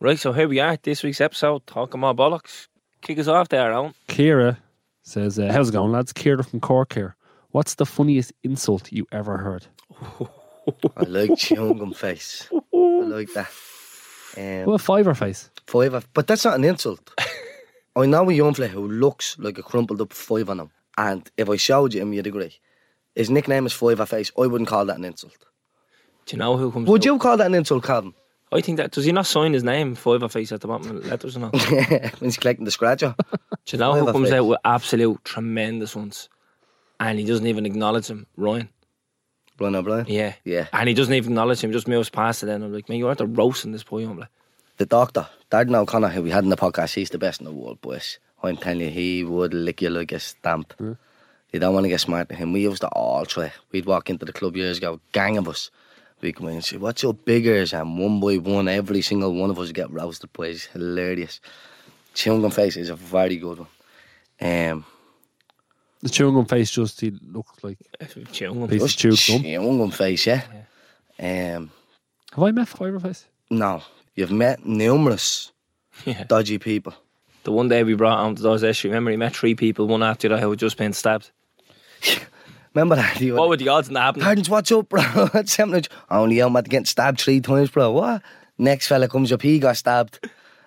Right, so here we are, this week's episode, talking more bollocks. Kick us off there, Alan. Kira says, uh, "How's it going, lads? Kira from Cork here. What's the funniest insult you ever heard? I like chewing face. I like that. Um, Well, fiver face. fiver, but that's not an insult. I know a young fella who looks like a crumpled up five on him, and if I showed you him, you'd agree. His nickname is Fiver Face. I wouldn't call that an insult. Do you know who comes Would out? you call that an insult, Calvin? I think that, does he not sign his name, Five Face, at the bottom of the letters or not? Do when he's collecting the scratch off. you know who Fiver comes Face. out with absolute tremendous ones? And he doesn't even acknowledge him, Ryan. Brian O'Brien. Yeah. Yeah. And he doesn't even acknowledge him, just moves past it. And I'm like, man, you aren't roasting this boy, I'm like, The doctor, Darden O'Connor, who we had in the podcast, he's the best in the world, boys. I'm telling you, he would lick you like a stamp. Hmm. You don't want to get smart to him. We used to all try. We'd walk into the club years ago, gang of us. We'd come in and say, What's your biggers? And one by one, every single one of us would get roasted, boys. Hilarious. Chewing gum face is a very good one. Um, The chewing gum face just he looks like chewing piece of chewed gum. chewing gum face, yeah. Um, Have I met fiver face? no, you've met numerous Yeah. dodgy people. The one day we brought on to those issue, remember he met three people, one after the other who had just been stabbed. Remember that? You What were the odds in that happening? Hardens, what's up, bro? What's happening? Only I'm about to get stabbed three times, bro. What? Next fella comes up, he got stabbed.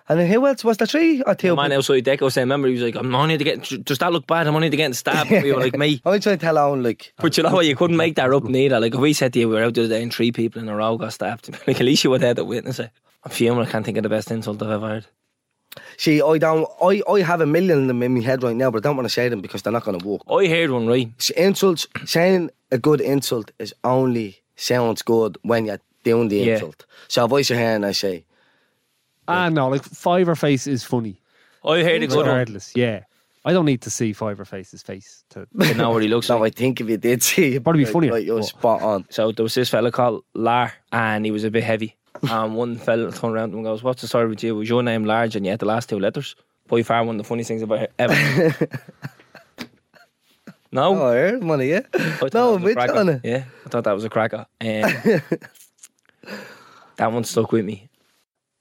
And then who else was the three? Or two? The man outside Deco saying, remember, he was like, I'm only to get, does that look bad? I'm only to getting stabbed. We were like, me. I was trying to tell Owen, like, But you know what? You couldn't make that up neither. Like, if we said to you, we were out the other day and three people in a row got stabbed, like, at least you would have had to witness it. I'm fuming. I can't think of the best insult I've ever heard. see, I don't, I, I have a million of them in my head right now, but I don't want to say them because they're not going to work. I heard one, right? S- Insults, saying a good insult is only sounds good when you're doing the Yeah. insult. So if I sit here and I say, Ah, no, like fiver face is funny. I heard a good one. Regardless, yeah. I don't need to see fiver face's face to. You know what he looks like. no, I think if you did see it, Probably like, funnier. Like, you're What? spot on. So there was this fella called Lar, and he was a bit heavy. And one fella turned around to him and goes, "What's the story with you? Was your name large and you had the last two letters?" By far one of the funniest things I've ever- ever. no, Oh, I heard money, yeah? I thought that No, was a which cracker. on it? Yeah, I thought that was a cracker. Um, that one stuck with me.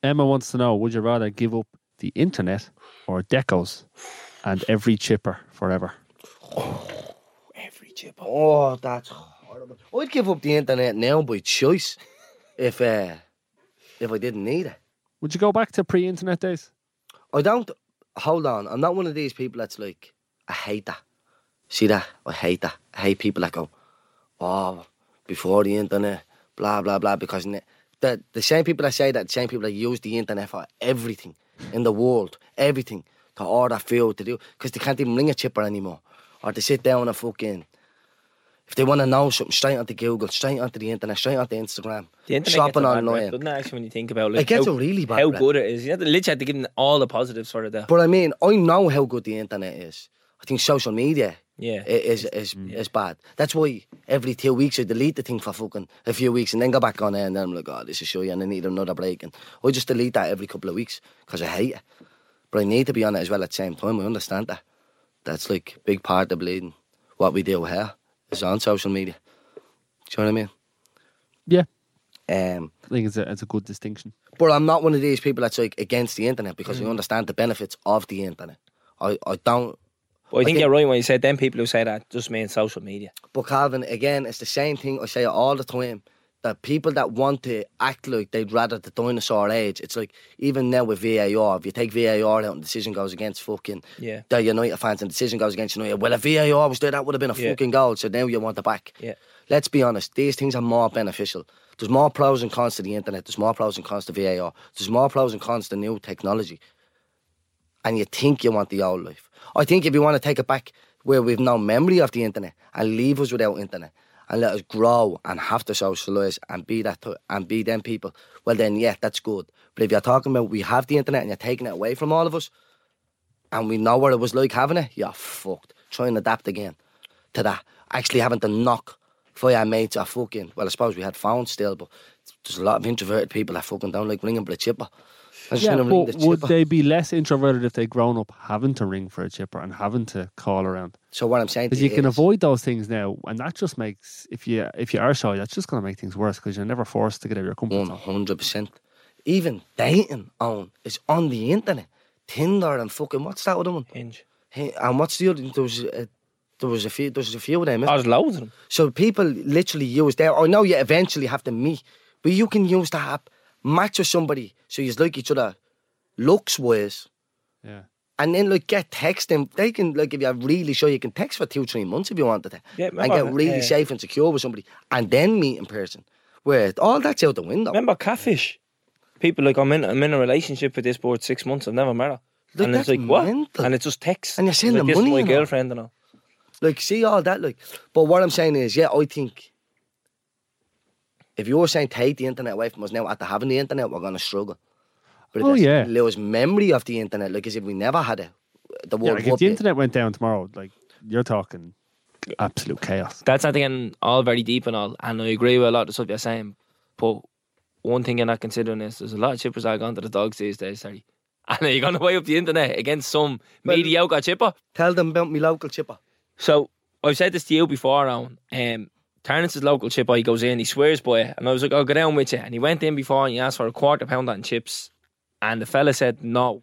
Emma wants to know: Would you rather give up the internet or Deco's and every chipper forever? Every chip. Oh, that's horrible. I'd give up the internet now by choice if uh, if I didn't need it. Would you go back to pre-internet days? I don't. Hold on, I'm not one of these people that's like, I hate that. See that? I hate that. I hate people that go, oh, before the internet, blah blah blah. Because ne- the the same people that say that, same people that use the internet for everything in the world, everything to order food to do, because they can't even ring a chipper anymore, or they sit down and fucking. If they want to know something, straight onto Google, straight onto the internet, straight onto Instagram, The internet shopping gets a bad rep, online. doesn't it? Actually, when you think about It gets a really bad how rep. good it is, you have to literally have to give them all the positives for it. Though. But I mean, I know how good the internet is. I think social media Yeah. i- is is is bad. That's why every two weeks I delete the thing for fucking a few weeks and then go back on it and then I'm like, oh, this is shitty and I need another break. And I just delete that every couple of weeks because I hate it. But I need to be on it as well at the same time. I understand that. That's like big part of bleeding. What we do here is on social media. Do you know what Yeah, I mean? Um, I think it's a it's a good distinction. but I'm not one of these people that's like against the internet because Mm. I understand the benefits of the internet. I, I don't But I think think- you're right when you said them people who say that just mean social media. But Calvin, again, it's the same thing I say it all the time. That people that want to act like they'd rather the dinosaur age, it's like even now with VAR, if you take VAR out and the decision goes against fucking Yeah. the United fans and the decision goes against United, well, if VAR was there, that would have been a Yeah. fucking goal. So now you want the back. Yeah. Let's be honest, these things are more beneficial. There's more pros and cons to the internet, there's more pros and cons to VAR, there's more pros and cons to new technology and you think you want the old life. I think if you want to take it back where we've no memory of the internet and leave us without internet and let us grow and have to socialise and be that t- and be them people, well then yeah, that's good. But if you're talking about we have the internet and you're taking it away from all of us and we know what it was like having it, you're fucked. Try and adapt again to that. Actually having to knock for your mates are fucking well I suppose we had phones still, but there's a lot of introverted people that fucking don't like ringing for a chipper. I just Yeah, wanna ring but the would chipper. they be less introverted if they'd grown up having to ring for a chipper and having to call around? So what I'm saying to Because you can is- avoid those things now, and that just makes if you if you are shy, that's just going to make things worse because you're never forced to get out of your comfort One zone. hundred percent. Even dating on is on the internet. Tinder and fucking what's that other one? Hinge. Hey, and what's the other? There was a, eh, there was a few. There's a few of them. eh? Oh, there's loads of them. So people literally use their. I know you eventually have to meet, but you can use that app, match with somebody, so you like each other, looks wise, Yeah. and then like get texting. They can like if you're really sure you can text for two three months if you wanted to, Yeah, and remember, get really uh, safe and secure with somebody, and then meet in person. Where all that's out the window. Remember catfish? People like I'm in I'm in a relationship with this board six months. I've never met her. Like, and it's that's like what? mental. And it's just text. And you're It's sending like, this money is my and all. girlfriend and all. Like, see all that. Like, but what I'm saying is, yeah, I think if you're saying take the internet away from us now, after having the internet, we're gonna struggle. But if Oh, there's yeah. lose memory of the internet. Like, as if we never had it, the Yeah, world like if would the be. internet went down tomorrow, like you're talking absolute chaos. That's not getting all very deep and all. And I agree with a lot of the stuff you're saying. But one thing you're not considering is there's a lot of chippers that are gone to the dogs these days, sorry. And you're gonna weigh up the internet against some Well- mediocre chipper. Tell them about me local chipper. So I've said this to you before, Owen. Um, Terrence's local chip he goes in, he swears by it, and I was like, "I'll go down with you." And he went in before and he asked for a quarter pound on chips, and the fella said no.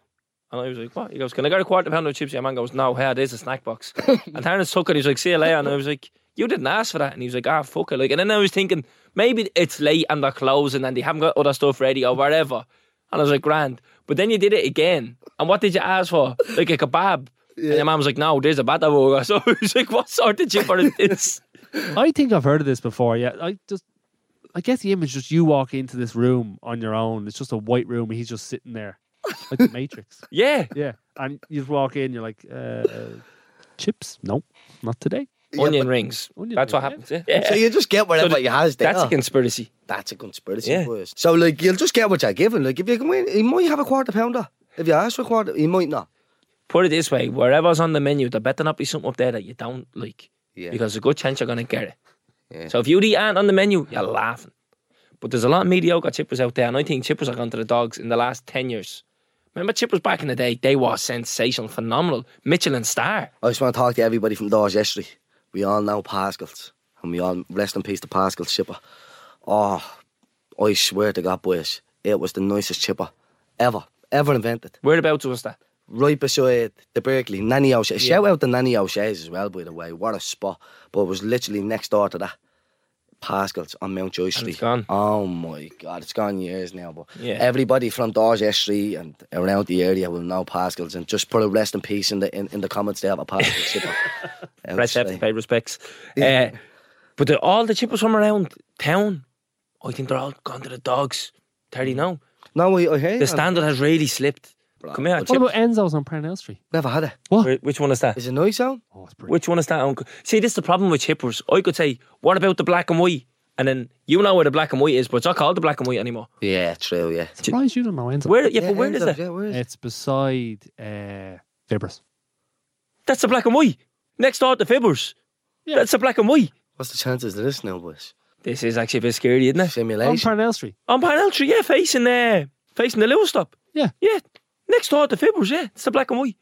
And I was like, "What?" He goes, "Can I get a quarter pound of chips?" Your man goes, "No, here, there's a snack box." and Terrence took it. He's like, "See you later." And I was like, "You didn't ask for that." And he was like, "Ah, fuck it." Like, and then I was thinking maybe it's late and they're closing and they haven't got other stuff ready or whatever. And I was like, "Grand." But then you did it again. And what did you ask for? Like a kebab. And your mom was like, no, there's a burger." So I was like, what sort of chipper is this? I think I've heard of this before. Yeah, I just, I guess the image just you walk into this room on your own. It's just a white room, and he's just sitting there, like the Matrix. yeah. Yeah, and you just walk in, you're like, uh, uh, chips? Nope, not today. Onion rings. Onion That's what rings, happens. Yeah. Yeah. So you just get whatever the- you has there. That's a conspiracy. That's a conspiracy Yeah. for us. So like you'll just get what you're given. Like if you can win, he might have a quarter pounder. If you ask for a quarter, he might not. Put it this way wherever's on the menu, there better not be something up there that you don't like. Yeah. Because a good chance you're going to get it. Yeah. So if you eat ant on the menu, you're laughing. But there's a lot of mediocre chippers out there, and I think chippers have gone to the dogs in the last 10 years. Remember chippers back in the day? They were sensational, phenomenal. Michelin star. I just want to talk to everybody from Dawes yesterday. We all know Pascal's, and we all rest in peace to Pascal's chipper. Oh, I swear to God, boys, it was the nicest chipper ever, ever invented. Whereabouts was that? Right beside the Berkeley, Nanny O'Shea. Shout out to Nanny O'Shea's as well, by the way. What a spot. But it was literally next door to that. Pascal's on Mount Joy Street. gone. Oh my God, it's gone years now. But Yeah. everybody from Dawes Street and around the area will know Pascal's and just put a rest in peace in the in, in the comments there of a Pascal's chipper. Out Press F to today. pay respects. Uh, but they're all the chippers from around town, I think they're all gone to the dogs. Terry, no. No, oh, I, I hear you. The standard has really slipped. Bro, Come here, I've What chip. about Enzo's on Parnell Street? Never had it. Wh- Which one is that? Is it nice sound? Oh, it's brilliant. Which one is that? Uncle? See, this is the problem with chippers. I could say, what about the black and white? And then you know where the black and white is, but it's not called the black and white anymore. Yeah, true, yeah. Surprised you don't know Enzo. Where? Yeah, but where ends is up, that? Yeah, where is it? It's beside uh, Fibbers. That's the black and white. Next door to Fibbers. Yeah. That's the black and white. What's the chances of this now, boys? This is actually a bit scary, isn't it? On Simulation. Parnell Street. On Parnell Tree, yeah, facing there, facing the little stop. Yeah. yeah. Next door to Fibbers, yeah. It's the black and white.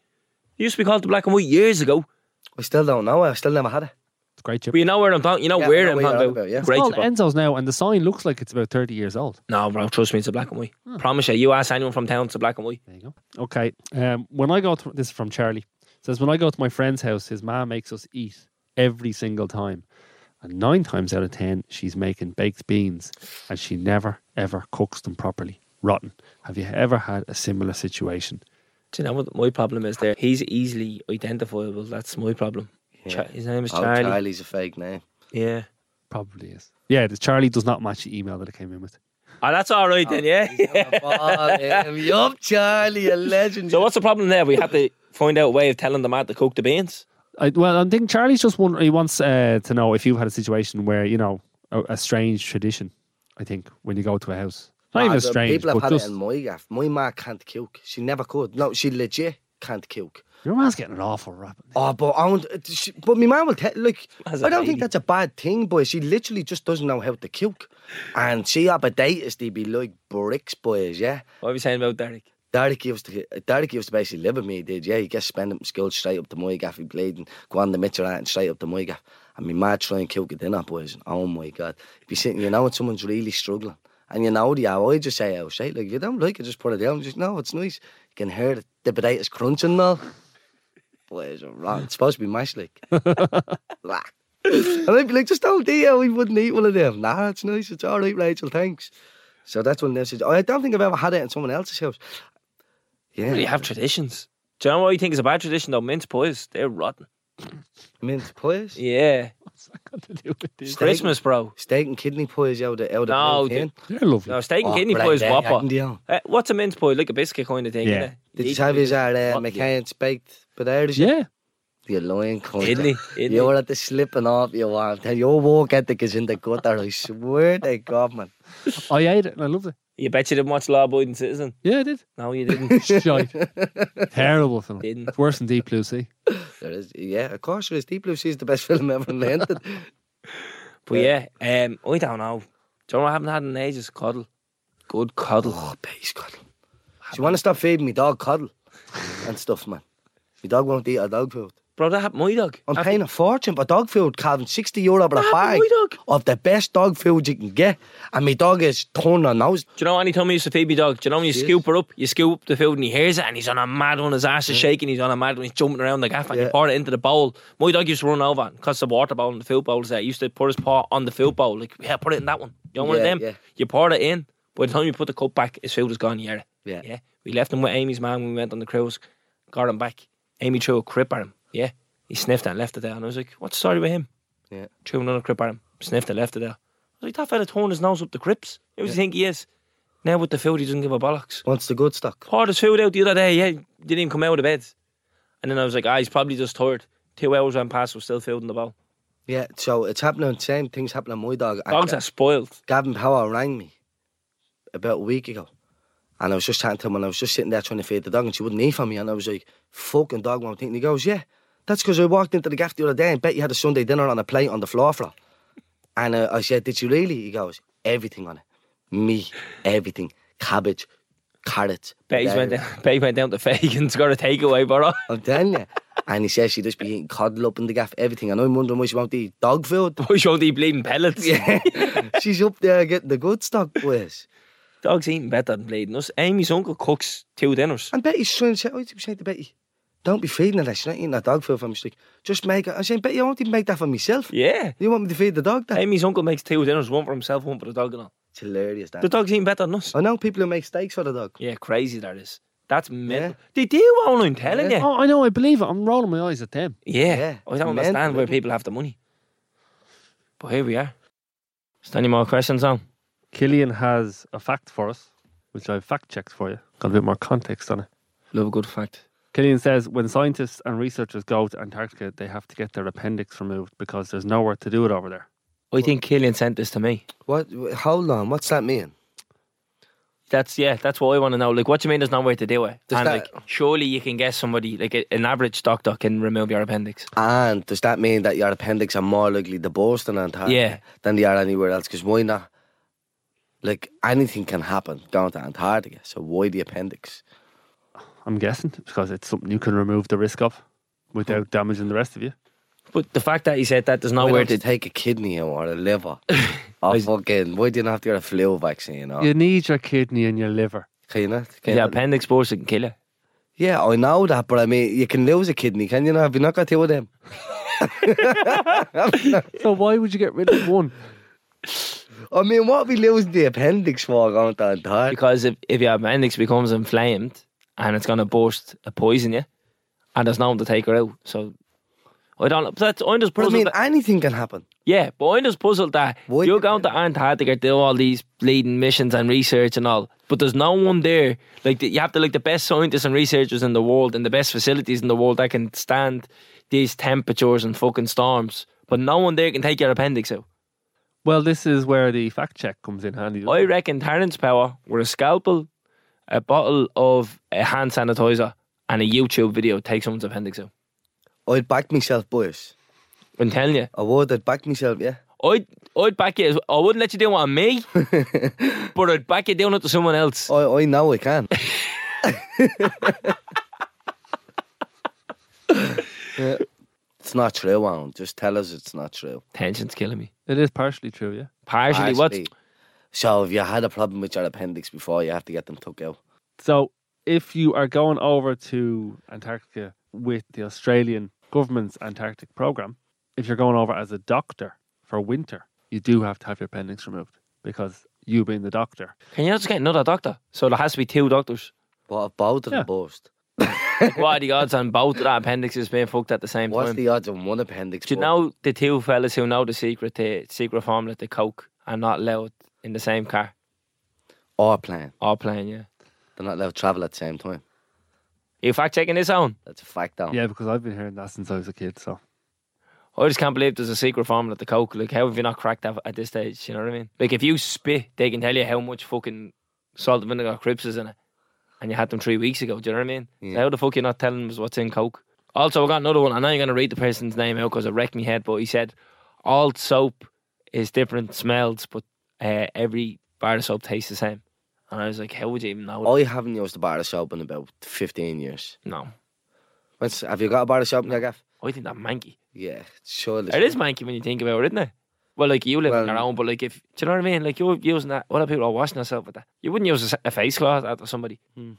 It used to be called the black and white years ago. I still don't know. I still never had it. It's a great chip. But you know where I'm talking. You know Yeah, I where know I'm where you're talking on about. about, yeah. Great called chipper. Enzo's now, and the sign looks like it's about 30 years old. No, bro, trust me, it's a black and white. Hmm. Promise you, you ask anyone from town, it's a black and white. There you go. Okay. Um, when I go to this is from Charlie It says when I go to my friend's house, his mom makes us eat every single time, and nine times out of ten, she's making baked beans, and she never ever cooks them properly. Rotten. Have you ever had a similar situation? Do you know what my problem is there? He's easily identifiable. That's my problem. Cha- his name is Oh, Charlie. Charlie's a fake name. Yeah. Probably is. Yeah, the Charlie does not match the email that it came in with. Oh, that's all right then, yeah? Yup, Charlie, a legend. so what's the problem there? We have to find out a way of telling the man to cook the beans. I, well, I think Charlie's just wondering. He wants uh, to know if you've had a situation where you know a, a strange tradition. I think when you go to a house, not Ah, even the strange, People have but had just it in my gaff. My ma can't cook. She never could. No, she legit can't cook. your man's getting an awful rap. Oh, but I don't, it- she- but my man will tell. Like, As a I don't lady. think that's a bad thing, boy. She literally just doesn't know how to cook, and she have a date as they be like bricks, boys. Yeah. What are we saying about Derek? Derek used to Derek used to basically live with me, he did yeah. He gets spend him school straight up to my gaff, he played and go on the Mitchell and straight up to my gaff. And my mad try and cook a dinner, boys. And oh my god. If you're sitting you know when someone's really struggling And you know the hour, I just say hour straight. Like, if you don't like it, just put it down. Just, no, it's nice. You can hear the, the potatoes crunching and all. Boys are wrong. It's supposed to be mashed, like. Blah. and I'd be like, just don't do it. We wouldn't eat one of them. Nah, it's nice. It's all right, Rachel. Thanks. So that's when they said, oh, I don't think I've ever had it in someone else's house. Yeah. Really have traditions. Do you know what I think is a bad tradition though? Mince pies, they're rotten. Mince pies. Yeah, What's that got to do with this? Christmas, bro. Steak and kidney pies out of, out No, of the- tin. They're lovely. No, steak and Oh, kidney right pie is there, whopper. hadn't you? Uh, what's a mince pie? Like a biscuit kind of thing. Yeah. innit? Did eat you have it his uh, What? McCain's baked potatoes? yeah. You're lying, cunt. Kidney, kidney. You were at the slipping off your arm. Tell your walk ethic is in the gutter. I swear to God, man. I ate it and I loved it. You bet you didn't watch Law Abiding Citizen. Yeah, I did. No, you didn't. Shite. Terrible film. Didn't. It's worse than Deep Blue Sea. There is, yeah, of course, there is. Deep Blue Sea is the best film ever invented. but yeah, um, I don't know. Do you know what I haven't had in ages? Cuddle. Good cuddle. oh, base cuddle. Do you want to stop feeding me dog cuddle and stuff, man? My dog won't eat our dog food. Bro, that happened to my dog. I'm That- paying a fortune for dog food, Calvin. 60 euro for That a happened to bag my dog. of the best dog food you can get. And my dog is torn on nose. Do you know any time I used to feed me dog? Do you know when you Yes. scoop her up, you scoop up the food and he hears it and he's on a mad one, his ass is shaking, he's on a mad one, he's jumping around the gaff and you Mm. Yeah. pour it into the bowl. My dog used to run over because the water bowl and the food bowl is there. He used to put his paw on the food bowl, like, yeah, put it in that one. You know one of Yeah, them? yeah. You pour it in, by the time you put the cup back, his food is gone, you hear it. Yeah. Yeah. We left him with Amy's man when we went on the cruise, got him back. Amy threw a crip at him. Yeah. He sniffed it and left it there. And I was like, what's the story with him? Yeah. Threw another crip at him, sniffed it, left it there. I was like, that fella torn his nose up the crips. Who does he think he is? Now with the food, he doesn't give a bollocks. Wants the good stock. Poured his food out the other day, yeah, didn't even come out of bed. And then I was like, ah, he's probably just tired. Two hours went past, was still food in the bowl. Yeah, so it's happening. Same thing's happening to my dog. And Dogs Ga- are spoiled. Gavin Power rang me about a week ago. And I was just chatting to him and I was just sitting there trying to feed the dog and she wouldn't eat for me. And I was like, fucking dog won't eat. And he goes, yeah, that's because I walked into the gaff the other day and bet you had a Sunday dinner on a plate on the floor floor. And uh, I said, did you really? He goes, everything on it. Me, everything. Cabbage, carrots. Bet he's went potatoes." down, bet he went down to Fagan's, got a takeaway, bro. I'm telling you. And he says she just be eating coddle up in the gaff, everything. And I'm wondering why she won't eat dog food. Boy, showed he bleeding pellets. Yeah, she's up there getting the good stock, boys. Dogs eating better than bleeding us. Amy's uncle cooks two dinners. And Betty's trying to say, oh, I'm saying to Betty, don't be feeding her that. She's not eating that dog food for me. She's like, just make it. I'm saying, Betty, I won't even make that for myself. Yeah. You want me to feed the dog that? Amy's uncle makes two dinners, one for himself, one for the dog and all. It's hilarious, that. The dog's eating better than us. I know people who make steaks for the dog. Yeah, crazy that is. That's mental. Yeah. They do own I'm telling Yeah. you. Oh, I know. I believe it. I'm rolling my eyes at them. Yeah. Oh, Yeah, I don't mental, understand where isn't it? people have the money. But here we are. Is there any more questions on? Killian has a fact for us, which I've fact checked for you. Got a bit more context on it. Love a good fact. Killian says when scientists and researchers go to Antarctica, they have to get their appendix removed because there's nowhere to do it over there. I think Killian sent this to me. What? wh- Hold on, what's that mean? That's yeah, that's what I want to know. Like what do you mean there's nowhere to do it? Does and that- like surely you can get somebody like a- an average doctor can remove your appendix. And does that mean that your appendix are more likely to burst in Antarctica Yeah. than they are anywhere else? Because why not? Like, anything can happen going to Antarctica, so why the appendix? I'm guessing because it's something you can remove the risk of without damaging the rest of you. But the fact that he said that there's Why nowhere don't to you take a kidney out or a liver? or fucking, why do you not have to get a flu vaccine? Or, You need your kidney and your liver. Can you not? Can Yeah, you- appendix burst can kill you. Yeah, I know that, but I mean, you can lose a kidney, can you not? Have you not got two of them? So why would you get rid of one? I mean, what we losing the appendix for going to Antarctica? Because if, if your appendix becomes inflamed and it's going to burst a poison you, and there's no one to take her out. So I don't know. But that's, I'm just But I puzzled. mean, that- anything can happen. yeah, but I'm just puzzled that Why you're did- going to Antarctica, do all these bleeding missions and research and all, but there's no one there. Like, you have to, like, the best scientists and researchers in the world and the best facilities in the world that can stand these temperatures and fucking storms, but no one there can take your appendix out. Well, this is where the fact check comes in handy. I reckon Terence Power with a scalpel, a bottle of a hand sanitizer, and a YouTube video take someone's appendix out. I'd back myself, boys. I'm telling you, I would, I'd back myself, yeah. I'd, I'd back it. as- I wouldn't let you do it on me, but I'd back it down it to someone else. I, I know I can. Yeah. It's not true, Alan. Just tell us it's not true. Tension's killing me. It is partially true, yeah. Partially, what? Actually, So if you had a problem with your appendix before, you have to get them took out. So if you are going over to Antarctica with the Australian government's Antarctic program, if you're going over as a doctor for winter, you do have to have your appendix removed because you being the doctor. Can you not just get another doctor? So there has to be two doctors. But if both of Yeah. them burst, What are the odds on both of the appendixes being fucked at the same what's time? the odds on one appendix? Do you burst? know the two fellas who know the secret to secret formula to coke are not allowed in the same car Or plan. or plane? Yeah, They're not allowed to travel at the same time. you fact checking this own. That's a fact, though. Yeah, because I've been hearing that since I was a kid. So I just can't believe there's a secret formula to coke. Like, how have you not cracked that at this stage? You know what I mean? Like, if you spit, they can tell you how much fucking salt and vinegar crisps is in it, and you had them three weeks ago. Do you know what I mean? So Yeah. how the fuck you not telling us what's in coke? Also, I got another one. I know you're gonna read the person's name out because it wrecked me head, but he said all soap is different smells, but uh, every bar of soap tastes the same. And I was like, how would you even know? I haven't used a bar of soap in about 15 years. No, What's, have you got a bar of soap in your gaff? I think that manky. Yeah, surely. It is manky when you think about it, isn't it? Well, like you live on Well- your own, but like if do you know what I mean? Like you're using that. What other people are washing themselves with that? You wouldn't use a, s- a face cloth after somebody. Hmm.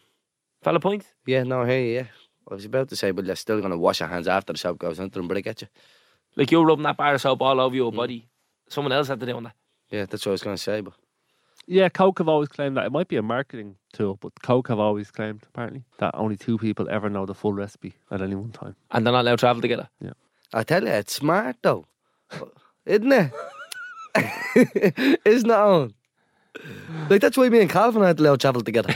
Fella point. Yeah, no, hey, yeah. I was about to say, but they're still going to wash your hands after the soap goes into them, but I get you. Like you're rubbing that bar of soap all over Hmm. your body. Someone else had to do on that. Yeah, that's what I was going to say, but yeah, Coke have always claimed that it might be a marketing tool, but Coke have always claimed apparently that only two people ever know the full recipe at any one time. And they're not allowed to travel together. I tell you, it's smart, though. Isn't it? Isn't it on? Like, that's why me and Calvin had to allow travel together.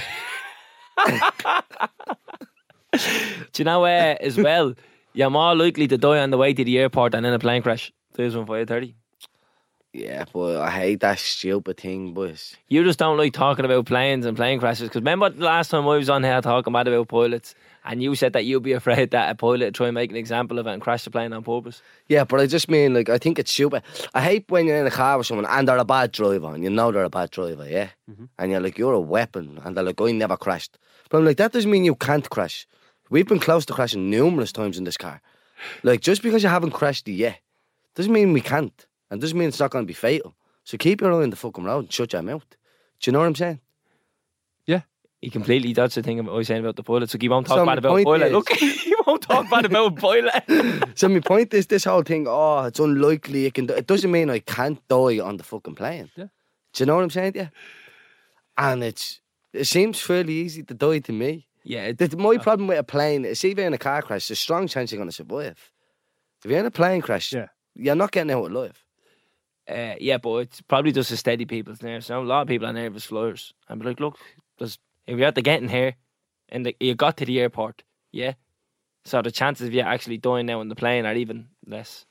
Do you know uh, as well? You're more likely to die on the way to the airport than in a plane crash. There's one for you, thirty. yeah, but I hate that stupid thing, boys. You just don't like talking about planes and plane crashes. Because remember the last time I was on here talking mad about pilots, and you said that you'd be afraid that a pilot would try and make an example of it and crash the plane on purpose. Yeah, but I just mean, like, I think it's stupid. I hate when you're in a car with someone and they're a bad driver, and you know they're a bad driver, yeah? And you're like, you're a weapon, and they're like, I never crashed. But I'm like, that doesn't mean you can't crash. We've been close to crashing numerous times in this car. Like, just because you haven't crashed yet, doesn't mean we can't, and doesn't mean it's not going to be fatal. So keep your eye on the fucking road and shut your mouth. Do you know what I'm saying? He completely dodged the thing about always saying about the pilot. So he won't talk So my bad about a point pilot. is- Look, he won't talk bad about a pilot. so my point is this whole thing. Oh, it's unlikely it can. do- It doesn't mean I can't die on the fucking plane. Yeah. Do you know what I'm saying? Yeah. And it's it seems fairly easy to die to me. Yeah, it- The, my problem with a plane is if you're in a car crash, there's a strong chance you're going to survive. If you're in a plane crash, Yeah. you're not getting out alive. uh, yeah, but it's probably just a steady people's nerves. Now a lot of people are nervous flyers. And be like, look, there's, if you had to get in here, and the, you got to the airport, yeah. So the chances of you actually dying now on the plane are even less.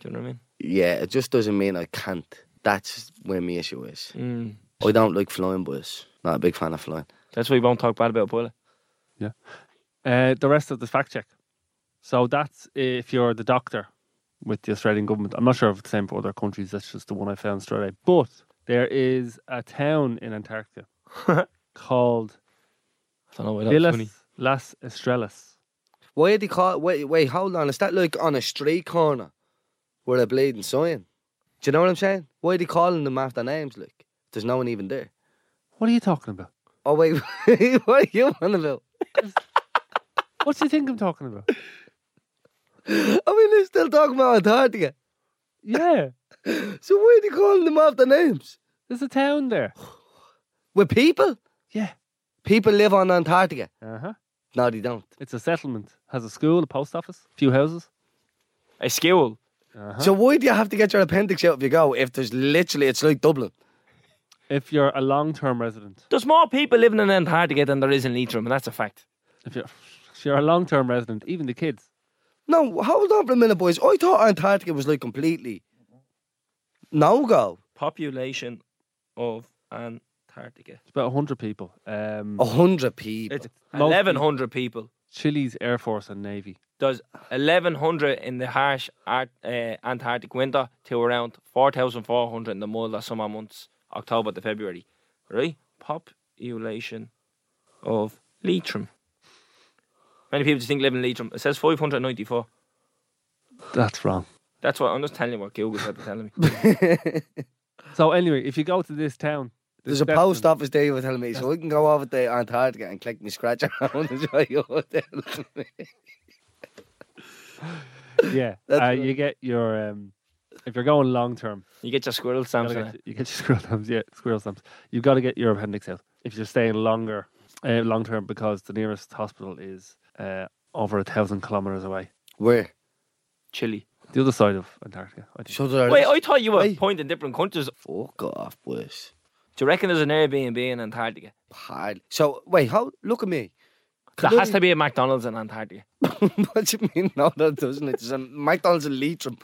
Do you know what Yeah, it just doesn't mean I can't. That's where my issue is. I mean? Mm. I don't like flying, boys. Not a big fan of flying. That's why he won't talk bad about a pilot. Uh, the rest of the fact check. So that's if you're the doctor with the Australian government. I'm not sure if it's the same for other countries. That's just the one I found straight away. But there is a town in Antarctica called I don't know why that's funny. Villas Las Estrellas. Why did they call? Wait, wait, hold on. Is that like on a street corner where they're bleeding sign? Do you know what I'm saying? Why are they calling them after names? Like, there's no one even there. What are you talking about? Oh wait, what are you on about? What do you think I'm talking about? I mean, they're still talking about Antarctica. Yeah, So why are they calling them after names? there's a town there. With people? Yeah. People live on Antarctica. Uh huh. No, they don't. It's a settlement. Has a school, a post office, a few houses. A school. Uh So why do you have to get your appendix out if you go? If there's literally, it's like Dublin. If you're a long-term resident, There's more people living in Antarctica than there is in Leitrim, and that's a fact. if you're if you're a long-term resident, even the kids. No, hold on for a minute, boys. I thought Antarctica was like completely no go. Population of Antarctica. It's about hundred people. Um, Oh. A hundred people. It's Mostly- eleven hundred people. Chile's Air Force and Navy. There's eleven hundred in the harsh Ar- uh, Antarctic winter to around four thousand four hundred in the mild or summer months, October to February. Right? Population of Leitrim. Many people just think live in Leitrim. It says five hundred ninety four. That's wrong. That's what I'm just telling you what Google had to tell me. So anyway, if you go to this town, this There's a Stepton- post office there you were telling me, so I can go over to Antarctica and collect me scratch around and try you out there. Yeah, That's uh, what- you get your um, if you're going long term, You get your squirrel you stamps. gotta in get, you get your squirrel thumbs. Yeah, squirrel thumbs. You've got to get your appendix out if you're staying longer, uh, long term, because the nearest hospital is uh, over a thousand kilometers away, Where? Chile. the other side of Antarctica. I think. So there- Wait, I thought you were Hey. pointing different countries. Do Fuck off, boys. you reckon there's an Airbnb in Antarctica? Hard. So wait, how? Look at me. There has to be a McDonald's in Antarctica. what do you mean? No, that doesn't it? There's a McDonald's in Leitrim.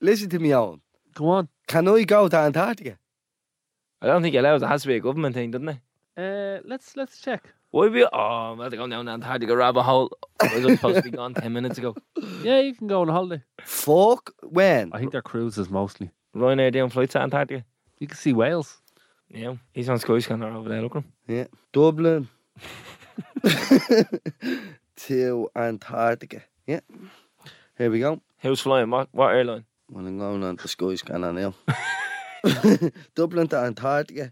Listen to me, Owen. Go on. Can I go to Antarctica? I don't think you're allowed. It has to be a government thing, doesn't it? Uh, let's let's check. Why we? Oh, I'm about to go down the Antarctica rabbit hole. I was supposed to be gone ten minutes ago. Yeah, you can go on holiday. Fuck when? I think they're cruises mostly. Ryanair doing flights to Antarctica. You can see Wales. Yeah, he's on Skyscanner over there. Look at him. Yeah. Dublin to Antarctica. Yeah. Here we go. Who's flying? What, what airline? Well, I'm going on to Sky Scanner now. Dublin to Antarctica. er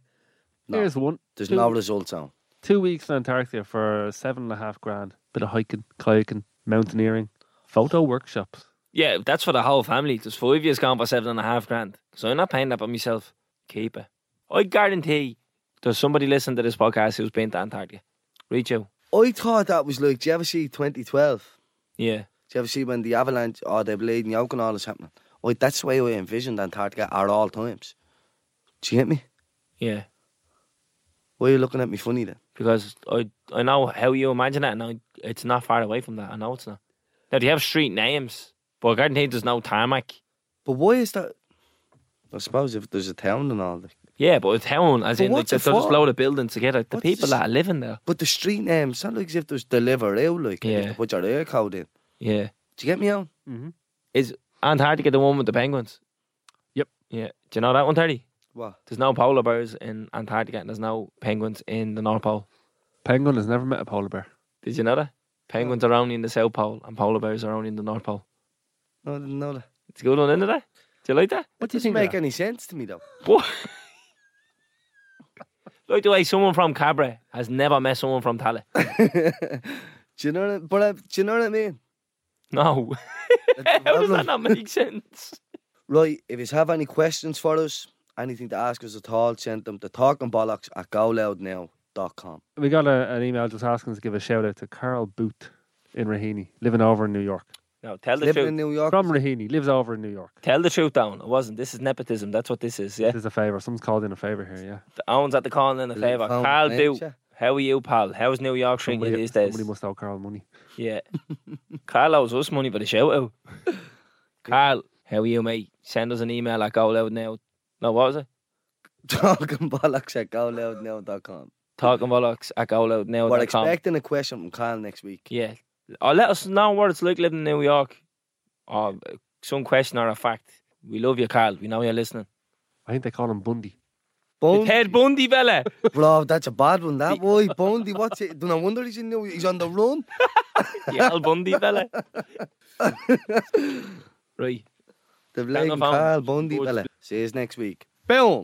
No. Here's one. There's Who- no results on. Two weeks in Antarctica for seven and a half grand. Bit of hiking, kayaking, mountaineering, photo workshops. Yeah, that's for the whole family. There's five years gone for seven and a half grand. So I'm not paying that by myself. Keep it. I guarantee there's somebody listening to this podcast who's been to Antarctica. Reach out. I thought that was like, do you ever see 2012? Yeah. Do you ever see when the avalanche or the bleeding yoke and all is happening? Oh, that's the way I envisioned Antarctica at all times. Do you get me? Yeah. Why are you looking at me funny then? Because I I know how you imagine it and I, it's not far away from that. I know it's not. Now, they have street names, but I guarantee there's no tarmac. But why is that? I suppose if there's a town and all that. Yeah, but a town, as But in, like, what's it there's just for? a load of buildings together. The What's people this- that are living there. But the street name, it's not like as if there's deliver out, like, and you Yeah. can put your air code in. Yeah. Do you get me on? Mm-hmm. Antarctica, the one with the penguins. Yep. Yeah. Do you know that one, Terry? What? There's no polar bears in Antarctica and there's no penguins in the North Pole. Penguin has never met a polar bear. Did you know that? Penguins are only in the South Pole and polar bears are only in the North Pole. No, I didn't know that. It's a good one, isn't it? Do you like that? What do you Doesn't think? make of any sense to me though. What? like the way someone from Cabra has never met someone from Tala. do you know? What, but uh, do you know what I mean? No. That's the How does problem. that not make sense? Right, if you have any questions for us, anything to ask us at all, send them to talkingbollocks at goloudnow.com. that? We got a, an email just asking us to give a shout out to Carl Booth in Raheny, living over in New York. No, tell the Living truth. in New York. From Raheny, lives over in New York. Tell the truth, Owen. It wasn't. This is nepotism. That's what this is. Yeah. This is a favour. Someone's called in a favour here, yeah. Owen's at the call in a favour. Phone, Carl, mate, do. yeah. How are you, pal? How's New York treating you Somebody, these days? somebody must owe Carl money. Yeah. Carl owes us money for the shout out. Carl, how are you, mate? Send us an email at go loud now. No, what was it? Talkingbollocks at goloudnow.com. Talking bollocks at go loud now. We're expecting a question from Carl next week. Yeah. Or let us know what it's like living in New York. Or uh, some question or a fact. We love you, Carl. We know you're listening. I think they call him Bundy. Ted Bundy, Ted Bundy, fella. bro, that's a bad one. That boy, Bundy, what's it? No wonder he's in New York. He's on the run. the Al Bundy, fella. right. The blame phone. Carl Bundy, Boys. fella. See you next week. Boom.